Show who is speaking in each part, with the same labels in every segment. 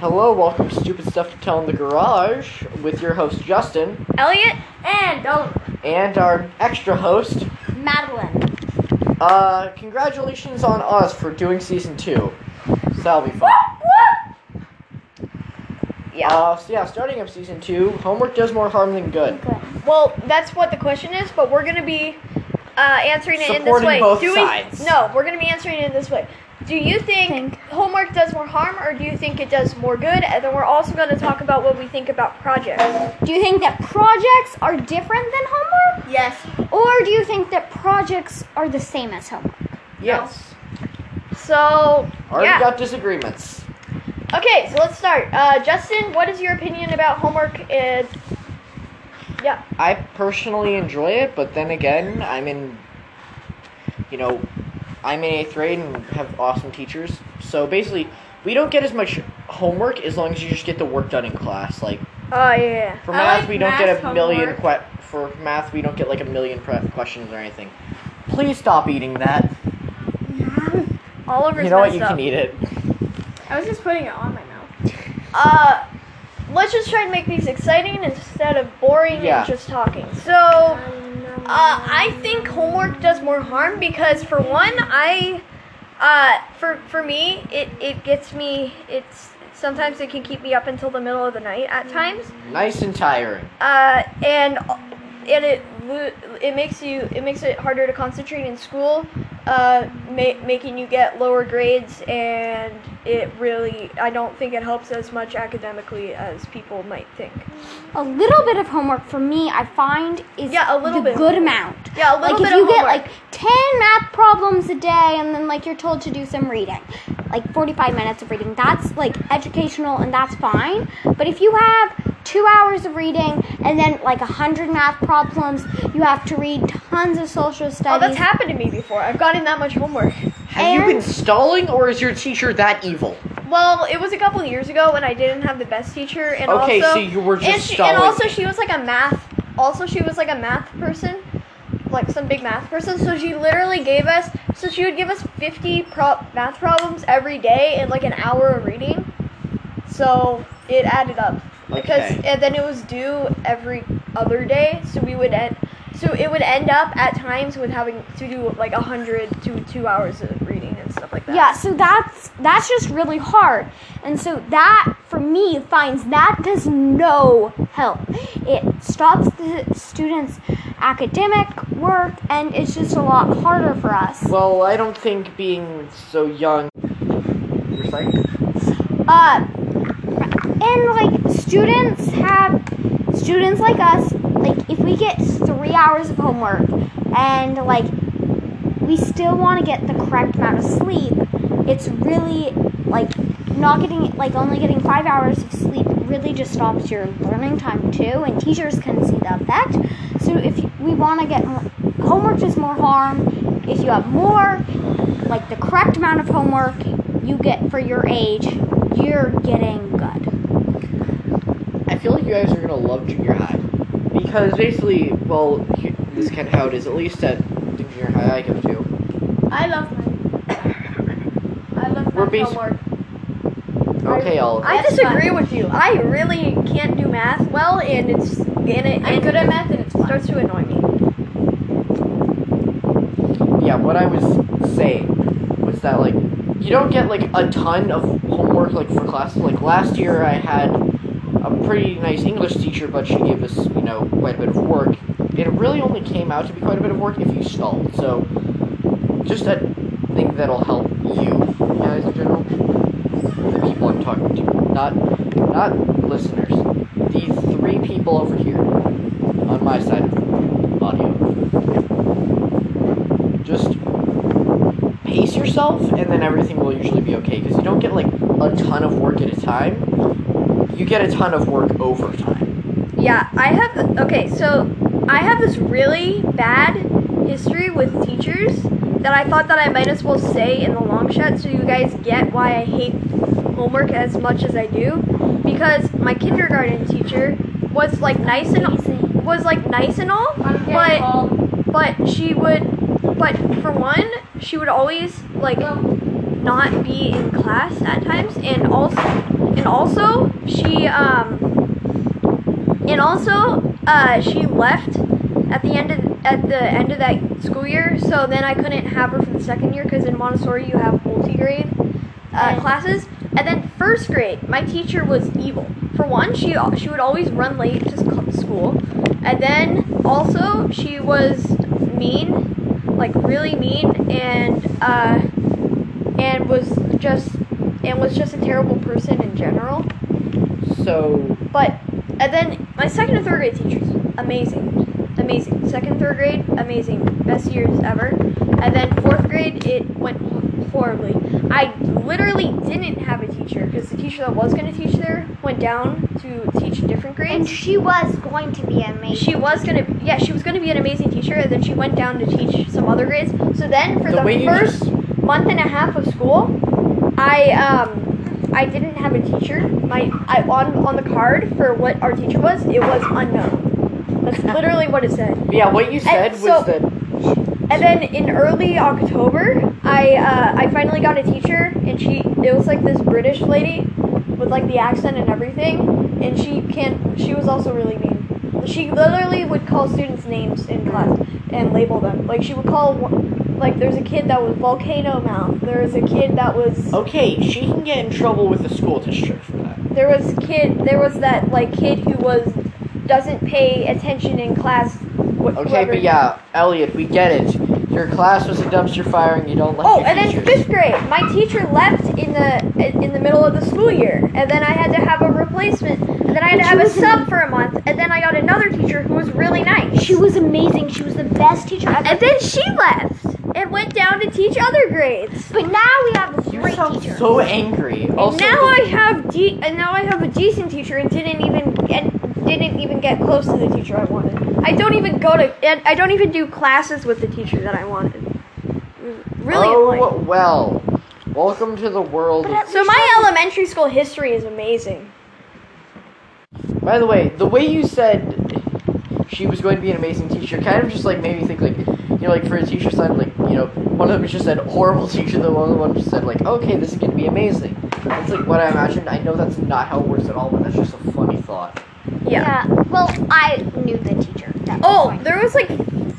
Speaker 1: Hello, welcome to Stupid Stuff to Tell in the Garage with your host Justin
Speaker 2: Elliot,
Speaker 3: And Oliver.
Speaker 1: and our extra host.
Speaker 2: Madeline.
Speaker 1: Uh, congratulations on us for doing season two. So that'll be fun. Uh, so yeah, starting up season two, homework does more harm than good.
Speaker 2: Well, that's what the question is, but we're gonna be uh, answering it in this
Speaker 1: Supporting
Speaker 2: way.
Speaker 1: both
Speaker 2: do we,
Speaker 1: sides.
Speaker 2: No, we're gonna be answering it in this way. Do you think, homework does more harm, or do you think it does more good? And then we're also gonna talk about what we think about projects.
Speaker 4: Do you think that projects are different than homework?
Speaker 2: Yes.
Speaker 4: Or do you think that projects are the same as homework?
Speaker 1: Yes.
Speaker 2: So
Speaker 1: Already
Speaker 2: yeah.
Speaker 1: got disagreements.
Speaker 2: Okay, so let's start. Uh, Justin, what is your opinion about homework? Is
Speaker 1: I personally enjoy it, but then again, I'm in, you know, I'm in eighth grade and have awesome teachers. So basically, we don't get as much homework as long as you just get the work done in class. Like
Speaker 2: oh yeah.
Speaker 1: for
Speaker 3: I
Speaker 1: math,
Speaker 3: like
Speaker 1: we don't get a
Speaker 3: math
Speaker 1: million
Speaker 3: homework.
Speaker 1: que- for math we don't get like a million prep questions or anything. Please stop eating that.
Speaker 2: Oliver's
Speaker 1: you know what?
Speaker 2: messed
Speaker 1: You
Speaker 2: up.
Speaker 1: can eat it.
Speaker 3: I was just putting it on my mouth.
Speaker 2: Uh, let's just try and make these exciting instead of boring
Speaker 1: Yeah.
Speaker 2: and just talking. So, uh, I think homework does more harm because, for one, I, uh, for for me, it it gets me. It's sometimes it can keep me up until the middle of the night at times.
Speaker 1: Nice and tiring.
Speaker 2: Uh, and and it lo- it makes you it makes it harder to concentrate in school, uh, ma- making you get lower grades, and it really I don't think it helps as much academically as people might think.
Speaker 4: A little bit of homework for me, I find, is
Speaker 2: Yeah, a little
Speaker 4: the
Speaker 2: bit.
Speaker 4: good amount.
Speaker 2: Yeah, a
Speaker 4: Like
Speaker 2: little
Speaker 4: if
Speaker 2: bit
Speaker 4: you
Speaker 2: of
Speaker 4: get
Speaker 2: homework.
Speaker 4: like 10 math problems a day and then like you're told to do some reading, like 45 minutes of reading, that's like educational and that's fine. But if you have 2 hours of reading and then like 100 math problems, you have to read tons of social
Speaker 2: oh,
Speaker 4: studies.
Speaker 2: that's happened to me before. I've gotten that much homework.
Speaker 1: Have you
Speaker 4: And-
Speaker 1: been stalling, or is your teacher that evil?
Speaker 2: Well, it was a couple years ago when I didn't have the best teacher, and
Speaker 1: Okay,
Speaker 2: also
Speaker 1: so you were just
Speaker 2: and, she,
Speaker 1: stalling.
Speaker 2: and also she was like a math. Also, she was like a math person, like some big math person. So she literally gave us. So she would give us fifty pro- math problems every day and like an hour of reading. So it added up because
Speaker 1: Okay.
Speaker 2: and then it was due every other day. So we would end. So it would end up at times with having to do like a hundred to two hours of reading and stuff like that.
Speaker 4: Yeah, so that's that's just really hard. And so that for me finds that does no help. It stops the students' academic work and it's just a lot harder for us.
Speaker 1: Well, I don't think being so young. You're psych.
Speaker 4: Uh and like students have students like us, like if we get 3 hours of homework and like we still want to get the correct amount of sleep, it's really like not getting like only getting five hours of sleep really just stops your learning time too, and teachers can see the effect. So if you- we want to get more, homework does more harm. If you have more, like the correct amount of homework you get for your age, you're getting good.
Speaker 1: I feel like you guys are gonna love junior high because basically, well, he- this is kind of how it is. At least at the junior high I go to,
Speaker 3: I love mine. I love
Speaker 1: We're
Speaker 3: my
Speaker 1: bas-
Speaker 3: homework.
Speaker 1: okay, Oliver.
Speaker 2: I
Speaker 3: That's
Speaker 2: disagree with you. I really can't do math well, and it's and it,
Speaker 3: I'm
Speaker 2: and
Speaker 3: good at math and it's fun.
Speaker 2: starts to annoy me.
Speaker 1: yeah, what I was saying was that like you don't get like a ton of homework like for classes. Like last year, I had a pretty nice English teacher, but she gave us you know quite a bit of work. It really only came out to be quite a bit of work if you stalled. So just a thing that'll help you guys in general. The people I'm talking to, not not listeners. These three people over here on my side of the audio just pace yourself and then everything will usually be okay because you don't get like a ton of work at a time you get a ton of work over time
Speaker 2: Yeah, I have okay. So I have this really bad history with teachers that I thought that I might as well say in the long shot, so you guys get why I hate homework as much as I do, because my kindergarten teacher was like nice and
Speaker 4: Amazing.
Speaker 2: was like nice and all,
Speaker 3: I'm getting
Speaker 2: But-
Speaker 3: called.
Speaker 2: but she would, but for one, she would always like.
Speaker 3: Well,
Speaker 2: not be in class at times and also and and also she um and also uh she left at the end of at the end of that school year. So then I couldn't have her for the second year because in Montessori you have multi-grade uh,
Speaker 4: Yeah.
Speaker 2: classes. And then first grade, my teacher was evil. For one, she al- she would always run late to sc- school, and then also she was mean, like really mean, and uh, and was just and was just a terrible person in general.
Speaker 1: So
Speaker 2: But and then my second and third grade teachers, amazing, amazing. Second, third grade, amazing, best years ever. And then fourth grade, it went h- horribly. I literally didn't have a teacher because the teacher that was going to teach there went down to teach a different
Speaker 4: And
Speaker 2: grades.
Speaker 4: she was going to be amazing.
Speaker 2: She was gonna, yeah, she was gonna be an amazing teacher, and then she went down to teach some other grades. So then, for
Speaker 1: the,
Speaker 2: the,
Speaker 1: way you
Speaker 2: first
Speaker 1: just-
Speaker 2: month and a half of school, I um I didn't have a teacher. My I on on the card for what our teacher was, it was unknown. That's literally what it said.
Speaker 1: yeah, what you said was
Speaker 2: so-
Speaker 1: that
Speaker 2: And then in early October, I uh, I finally got a teacher, and she it was like this British lady with like the accent and everything, and she can't. She was also really mean. She literally would call students names in class and label them. Like she would call one- like there's a kid that was volcano mouth. There was a kid that was
Speaker 1: okay, she can get in trouble with the school district for that.
Speaker 2: there was kid there was that like kid who was doesn't pay attention in class wh-
Speaker 1: Okay,
Speaker 2: whoever-
Speaker 1: but yeah, Elliot, we get it. Your class was a dumpster fire, and you don't like
Speaker 2: oh
Speaker 1: your
Speaker 2: and then
Speaker 1: teachers.
Speaker 2: fifth grade my teacher left in the in the middle of the school year and then i had to have a replacement and then i had to
Speaker 4: She
Speaker 2: have a
Speaker 4: was
Speaker 2: sub for a month and then i got another teacher who was really nice
Speaker 4: She was amazing. She was the best teacher ever.
Speaker 2: and then she left and went down to teach other grades
Speaker 4: But now we have a
Speaker 1: You
Speaker 4: great
Speaker 1: sound
Speaker 4: teacher.
Speaker 1: so angry. Also,
Speaker 2: and now I have de- and now I have a decent teacher and didn't even and didn't even get close to the teacher I wanted. I don't even go to and I don't even do classes with the teacher that I wanted. Really
Speaker 1: oh
Speaker 2: annoying.
Speaker 1: well. Welcome to the world.
Speaker 4: But
Speaker 1: of-
Speaker 4: at
Speaker 2: So my elementary school history is amazing.
Speaker 1: By the way, the way you said she was going to be an amazing teacher kind of just like made me think like you know like for a teacher said like you know one of them just said horrible teacher the other one just said like okay this is going to be amazing. That's like what I imagined. I know that's not how it works at all, but that's just a funny thought.
Speaker 2: Yeah.
Speaker 4: Well, I knew the teacher. That was
Speaker 2: Oh,
Speaker 4: fine.
Speaker 2: there was like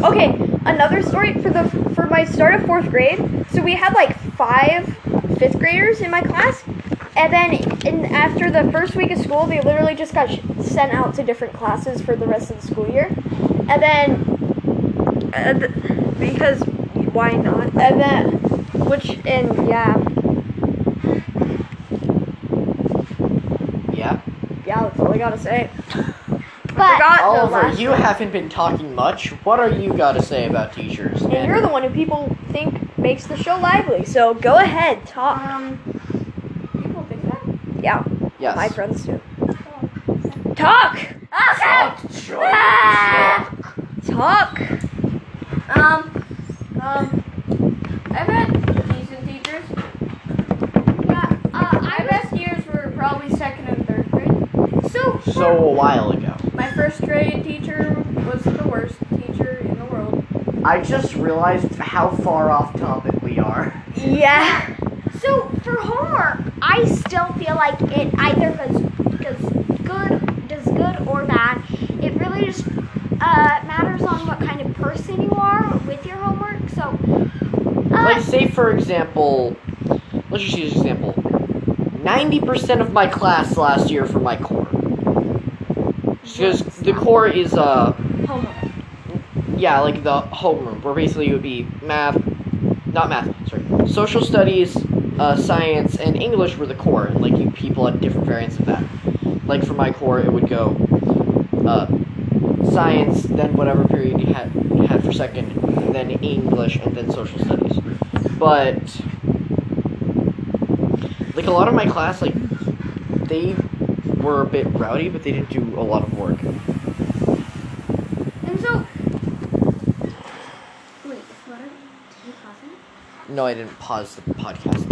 Speaker 2: okay, another story for the for my start of 4th grade. So we had like 5 fifth graders in my class. And then in, after the first week of school, they literally just got sh- sent out to different classes for the rest of the school year. And then, uh, th- because why not? And then, which, and yeah,
Speaker 1: Yeah.
Speaker 2: yeah, that's all I gotta say. I
Speaker 4: but
Speaker 2: forgot the
Speaker 1: Oliver,
Speaker 2: last
Speaker 1: you haven't been talking much. What are you got to say about teachers?
Speaker 2: And you're the one who people think makes the show lively, so go ahead, talk.
Speaker 3: Um, people think that.
Speaker 2: Yeah,
Speaker 1: yes.
Speaker 2: my friends do. Talk!
Speaker 1: Talk, Joy.
Speaker 2: Ah! Talk!
Speaker 3: Um, um, I've had decent teachers. Yeah, uh, my best years were probably second and third grade. So,
Speaker 1: So a while ago,
Speaker 3: my first grade teacher was the worst teacher in the world.
Speaker 1: I just realized how far off topic we are.
Speaker 2: Yeah.
Speaker 4: so for homework, I still feel like it either goes goes good, does good or bad. It really just uh, matters on what kind of person you are with your homework. So,
Speaker 1: Like,
Speaker 4: uh,
Speaker 1: say for example, let's just use an example. Ninety percent of my class last year for my core, because the core is uh,
Speaker 4: homework.
Speaker 1: yeah, like the homeroom, where basically it would be math, not math, sorry, social studies, uh, science, and English were the core. and, Like you people had different variants of that. Like for my core, it would go uh, science, then whatever period you had you had for second, and then English, and then social studies. But like a lot of my class, like they were a bit rowdy, but they didn't do a lot of work.
Speaker 3: And so,
Speaker 4: Wait, what are you pausing?
Speaker 1: No, I didn't pause the podcast.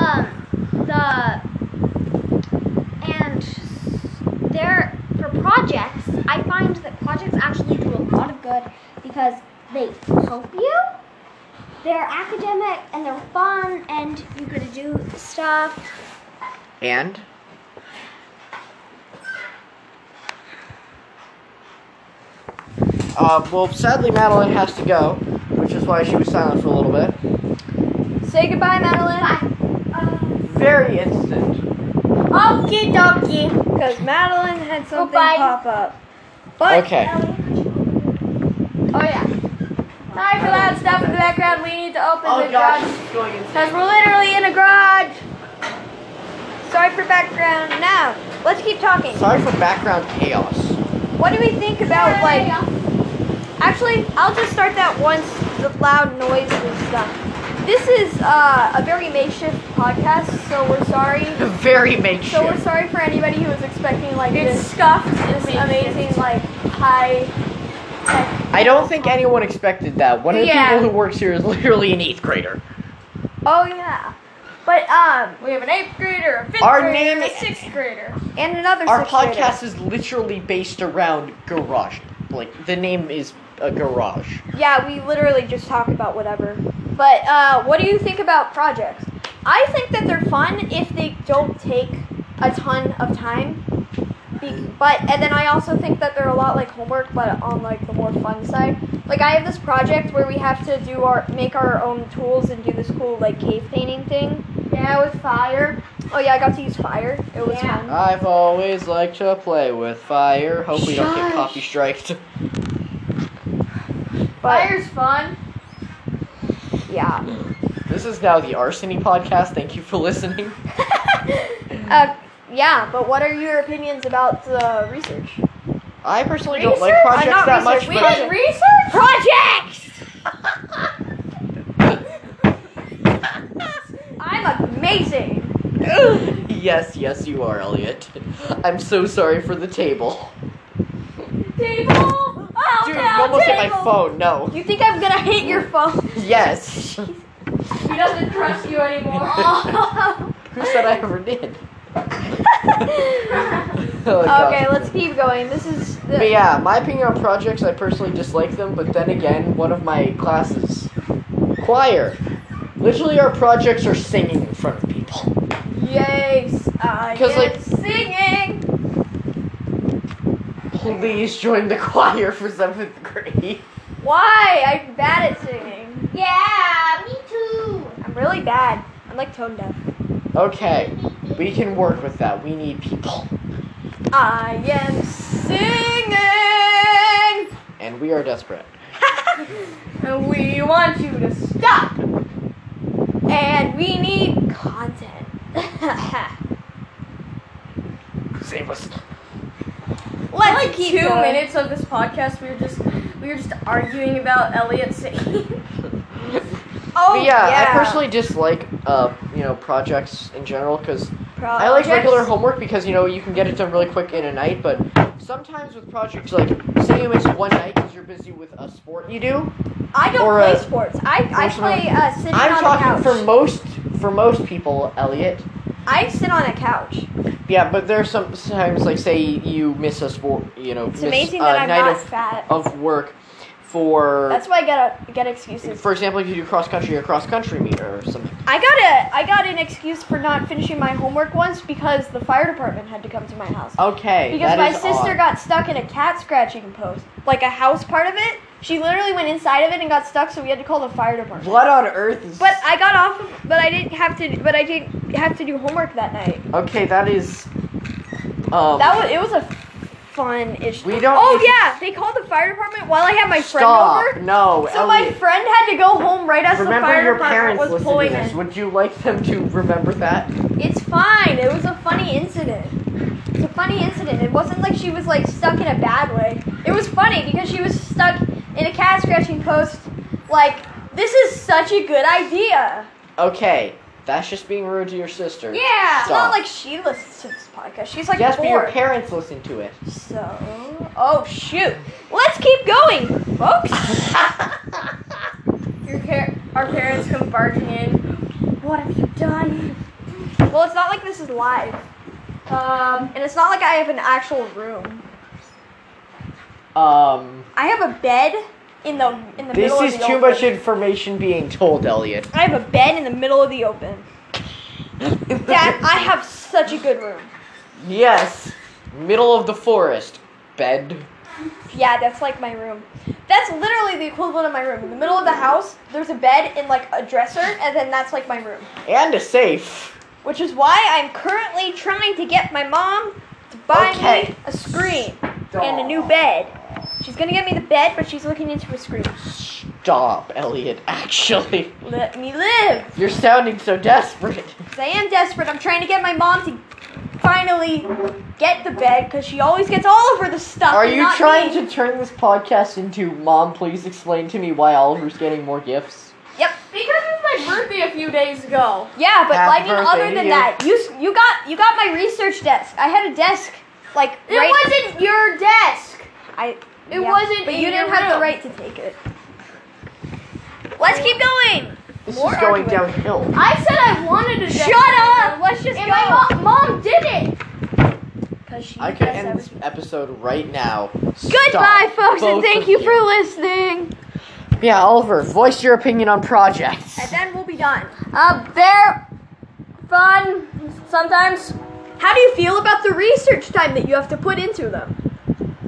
Speaker 4: um, the and there for projects, I find that projects actually do a lot of good because they help you. They're academic and they're fun, and you get to do stuff.
Speaker 1: And uh, well, sadly Madeline has to go, which is why she was silent for a little bit.
Speaker 2: Say goodbye, Madeline.
Speaker 1: Very instant.
Speaker 3: Okie dokie.
Speaker 2: Because Madeline had something
Speaker 3: Goodbye.
Speaker 2: pop up. But
Speaker 1: Okay.
Speaker 3: Oh yeah. Sorry for loud stuff in the background. We need to open
Speaker 1: Oh
Speaker 3: the
Speaker 1: gosh,
Speaker 3: garage
Speaker 1: it's going insane.
Speaker 3: because we're literally in a garage.
Speaker 2: sorry for background. Now let's keep talking.
Speaker 1: Sorry for background chaos.
Speaker 2: What do we think about like? Actually, I'll just start that once the loud noise is done. This is uh, a very makeshift podcast, so we're sorry.
Speaker 1: Very makeshift.
Speaker 2: So we're sorry for anybody who was expecting like
Speaker 3: It's
Speaker 2: this,
Speaker 3: scuffed.
Speaker 2: this amazing like high tech.
Speaker 1: I don't think anyone expected that. One of the
Speaker 3: Yeah.
Speaker 1: people who works here is literally an eighth grader.
Speaker 2: Oh yeah, but um,
Speaker 3: We have an eighth grader, a fifth
Speaker 1: Our
Speaker 3: grader,
Speaker 1: name-
Speaker 3: and a sixth grader.
Speaker 2: and another.
Speaker 1: Our
Speaker 2: sixth grader.
Speaker 1: podcast is literally based around garage. Like the name is a garage.
Speaker 2: Yeah, we literally just talk about whatever. But uh, what do you think about projects? I think that they're fun if they don't take a ton of time. Be- but and then I also think that they're a lot like homework, but on like the more fun side. Like I have this project where we have to do our make our own tools and do this cool like cave painting thing.
Speaker 3: Yeah, with fire.
Speaker 2: Oh yeah, I got to use fire. It was
Speaker 3: Yeah.
Speaker 2: fun.
Speaker 1: I've always liked to play with fire. Hope we don't get
Speaker 3: Shush.
Speaker 1: copy striked.
Speaker 2: But
Speaker 3: Fire's fun.
Speaker 2: yeah.
Speaker 1: This is now the Arsony podcast. Thank you for listening.
Speaker 2: uh, yeah, but what are your opinions about the research?
Speaker 1: I personally don't like
Speaker 2: Research? Uh,
Speaker 1: projects
Speaker 2: not
Speaker 1: that much,
Speaker 2: research,
Speaker 3: We
Speaker 2: we
Speaker 1: but
Speaker 3: did research.
Speaker 2: Projects! I'm amazing.
Speaker 1: yes, yes, you are, Elliot. I'm so sorry for the table.
Speaker 3: Table. Oh
Speaker 1: Dude, you
Speaker 3: no,
Speaker 1: almost
Speaker 3: table.
Speaker 1: hit my phone. No.
Speaker 2: You think I'm gonna hit your phone?
Speaker 1: Yes. Who
Speaker 3: He doesn't trust you anymore.
Speaker 1: said I ever did? Oh, gosh.
Speaker 2: okay, let's keep going. This is the,
Speaker 1: But yeah, my opinion on projects, I personally dislike them, but then again, one of my classes, choir. Literally, our projects are singing in front of people.
Speaker 2: yes, I
Speaker 1: 'Cause,
Speaker 2: am
Speaker 1: like-
Speaker 2: singing.
Speaker 1: Please join the choir for seventh grade.
Speaker 2: Why? I'm bad at singing.
Speaker 3: yeah, me too.
Speaker 2: I'm really bad. I'm like tone deaf.
Speaker 1: Okay, we can work with that. We need people.
Speaker 2: I am singing.
Speaker 1: And we are desperate.
Speaker 3: And we want you to stop.
Speaker 2: And we need content.
Speaker 1: Save us.
Speaker 2: Let's
Speaker 3: like
Speaker 2: keep
Speaker 3: two
Speaker 2: going.
Speaker 3: minutes of this podcast, we were just we were just arguing about Elliot singing.
Speaker 2: Oh
Speaker 1: But yeah, I personally dislike, uh, you know, projects in general
Speaker 2: Uh,
Speaker 1: because I like regular homework because you know you can get it done really quick in a night, but sometimes with projects like say you miss one night because you're busy with a sport you do.
Speaker 2: I don't
Speaker 1: or,
Speaker 2: play
Speaker 1: uh,
Speaker 2: sports. I, I
Speaker 1: personal-
Speaker 2: play uh, sitting
Speaker 1: I'm
Speaker 2: on a
Speaker 1: talking
Speaker 2: couch.
Speaker 1: for most for most people, Elliot.
Speaker 2: I sit on a couch.
Speaker 1: Yeah, but there's some times like say you miss a sport, you know,
Speaker 2: It's
Speaker 1: miss
Speaker 2: amazing
Speaker 1: a
Speaker 2: that I'm
Speaker 1: night
Speaker 2: not
Speaker 1: of,
Speaker 2: fat.
Speaker 1: of work for
Speaker 2: That's why I gotta get excuses.
Speaker 1: for example if you do cross country or cross country meet or something.
Speaker 2: I got a I got an excuse for not finishing my homework once because the fire department had to come to my house.
Speaker 1: Okay,
Speaker 2: Because
Speaker 1: that
Speaker 2: my
Speaker 1: is
Speaker 2: sister
Speaker 1: odd.
Speaker 2: got stuck in a cat scratching post, like a house part of it. She literally went inside of it and got stuck, so we had to call the fire department.
Speaker 1: What on earth is?
Speaker 2: But I got off. Of, but I didn't have to. But I didn't have to do homework that night.
Speaker 1: okay, that is. Um,
Speaker 2: That was it was a fun ish.
Speaker 1: We don't
Speaker 2: Oh
Speaker 1: need to-
Speaker 2: yeah, they called the fire department while I had my friend
Speaker 1: stop.
Speaker 2: over.
Speaker 1: No,
Speaker 2: So
Speaker 1: Elliot.
Speaker 2: my friend had to go home right as the
Speaker 1: Remember
Speaker 2: fire
Speaker 1: your
Speaker 2: department
Speaker 1: parents
Speaker 2: was
Speaker 1: listen
Speaker 2: pulling
Speaker 1: to this.
Speaker 2: in.
Speaker 1: Would you like them to remember that?
Speaker 2: It's fine. It was a funny incident. It's a funny incident. It wasn't like she was like stuck in a bad way. It was funny because she was stuck in a cat scratching post. Like this is such a good idea.
Speaker 1: Okay, that's just being rude to your sister.
Speaker 2: Yeah. It's
Speaker 1: Stop.
Speaker 2: not like she listens to this podcast. She's like
Speaker 1: yes, but your
Speaker 2: bored.
Speaker 1: parents listen to it.
Speaker 2: So, oh shoot. Let's keep going, folks.
Speaker 3: Your par- our parents come barging in.
Speaker 2: What have you done? Well, it's not like this is live,
Speaker 3: Um,
Speaker 2: and it's not like I have an actual room.
Speaker 1: Um,
Speaker 2: I have a bed in the in the
Speaker 1: this
Speaker 2: middle
Speaker 1: is
Speaker 2: of the
Speaker 1: too
Speaker 2: open.
Speaker 1: much information being told, Elliot.
Speaker 2: I have a bed in the middle of the open. That I have such a good room.
Speaker 1: Yes. Middle of the forest. Bed.
Speaker 2: Yeah, that's like my room. That's literally the equivalent of my room. In the middle of the house, there's a bed and like a dresser, and then that's like my room.
Speaker 1: And a safe.
Speaker 2: Which is why I'm currently trying to get my mom to buy
Speaker 1: Okay.
Speaker 2: me a screen and a new bed. She's gonna get me the bed, but she's looking into a screen.
Speaker 1: Stop, Elliot. Actually,
Speaker 2: Let me live.
Speaker 1: you're sounding so desperate.
Speaker 2: 'Cause I am desperate. I'm trying to get my mom to finally get the bed because she always gets all over the stuff.
Speaker 1: Are
Speaker 2: and
Speaker 1: you
Speaker 2: not
Speaker 1: trying
Speaker 2: me.
Speaker 1: to turn this podcast into Mom, please explain to me why Oliver's getting more gifts?
Speaker 3: Because it's my birthday a few days ago.
Speaker 2: Yeah, but
Speaker 1: Happy
Speaker 2: like in
Speaker 1: birthday
Speaker 2: other
Speaker 1: to
Speaker 2: than
Speaker 1: you.
Speaker 2: that, you s- you got you got my research desk. I had a desk like
Speaker 3: It
Speaker 2: right.
Speaker 3: wasn't your desk.
Speaker 2: I
Speaker 3: It wasn't
Speaker 2: But
Speaker 3: in
Speaker 2: you didn't
Speaker 3: your
Speaker 2: have the
Speaker 3: room.
Speaker 2: right to take it. Let's keep going.
Speaker 1: This
Speaker 2: More
Speaker 1: is going
Speaker 2: argument.
Speaker 1: downhill.
Speaker 3: I said I wanted a desk.
Speaker 2: Shut up. Let's just
Speaker 3: And
Speaker 2: go.
Speaker 3: my mo- mom did it.
Speaker 2: Because she.
Speaker 1: I could
Speaker 2: guessed I
Speaker 1: end
Speaker 2: was-
Speaker 1: this episode right now.
Speaker 2: Goodbye,
Speaker 1: Stop,
Speaker 2: folks, and
Speaker 1: both
Speaker 2: thank
Speaker 1: of
Speaker 2: you for listening.
Speaker 1: Yeah, Oliver, voice your opinion on projects.
Speaker 2: And then we'll be done.
Speaker 3: Uh, they're fun sometimes.
Speaker 2: How do you feel about the research time that you have to put into them?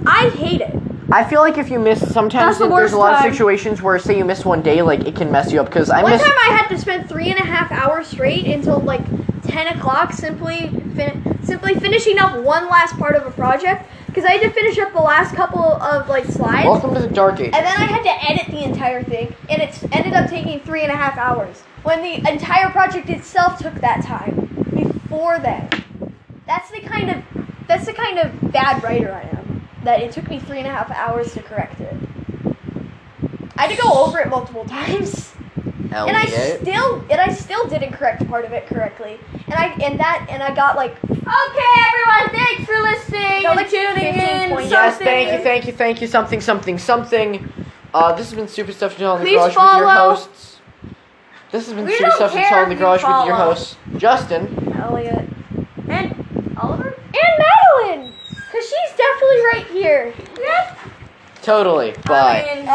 Speaker 2: I hate it.
Speaker 1: I feel like if you miss, sometimes
Speaker 2: That's the
Speaker 1: there's
Speaker 2: worst
Speaker 1: a lot
Speaker 2: time.
Speaker 1: of situations where, say, you miss one day, like it can mess you up. Because I
Speaker 2: One
Speaker 1: missed.
Speaker 2: time I had to spend three and a half hours straight until like ten o'clock, simply fin- simply finishing up one last part of a project because I had to finish up the last couple of like slides,
Speaker 1: Welcome to the dark age.
Speaker 2: and then I had to edit the entire thing, and it ended up taking three and a half hours when the entire project itself took that time before then. That's the kind of that's the kind of bad writer I am. That it took me three and a half hours to correct it. I had to go over it multiple times and I
Speaker 1: Elliot.
Speaker 2: still and I still didn't correct part of it correctly. And I and that and I got like okay everyone thanks for listening
Speaker 3: and tuning in.
Speaker 1: Yes, thank you, thank you, thank you. Something, something, something. Uh, this has been Super Stuff to Tell in the
Speaker 2: Please
Speaker 1: Garage with your
Speaker 2: follow.
Speaker 1: hosts. This has been
Speaker 3: We
Speaker 1: Super
Speaker 3: don't
Speaker 1: Stuff to
Speaker 3: care
Speaker 1: Tell
Speaker 3: if
Speaker 1: in the
Speaker 3: you
Speaker 1: Garage with your
Speaker 3: follow.
Speaker 1: hosts, Justin.
Speaker 2: Elliot
Speaker 3: And Oliver?
Speaker 2: and Madeline because she's definitely right here.
Speaker 1: Totally. Bye.
Speaker 3: I mean-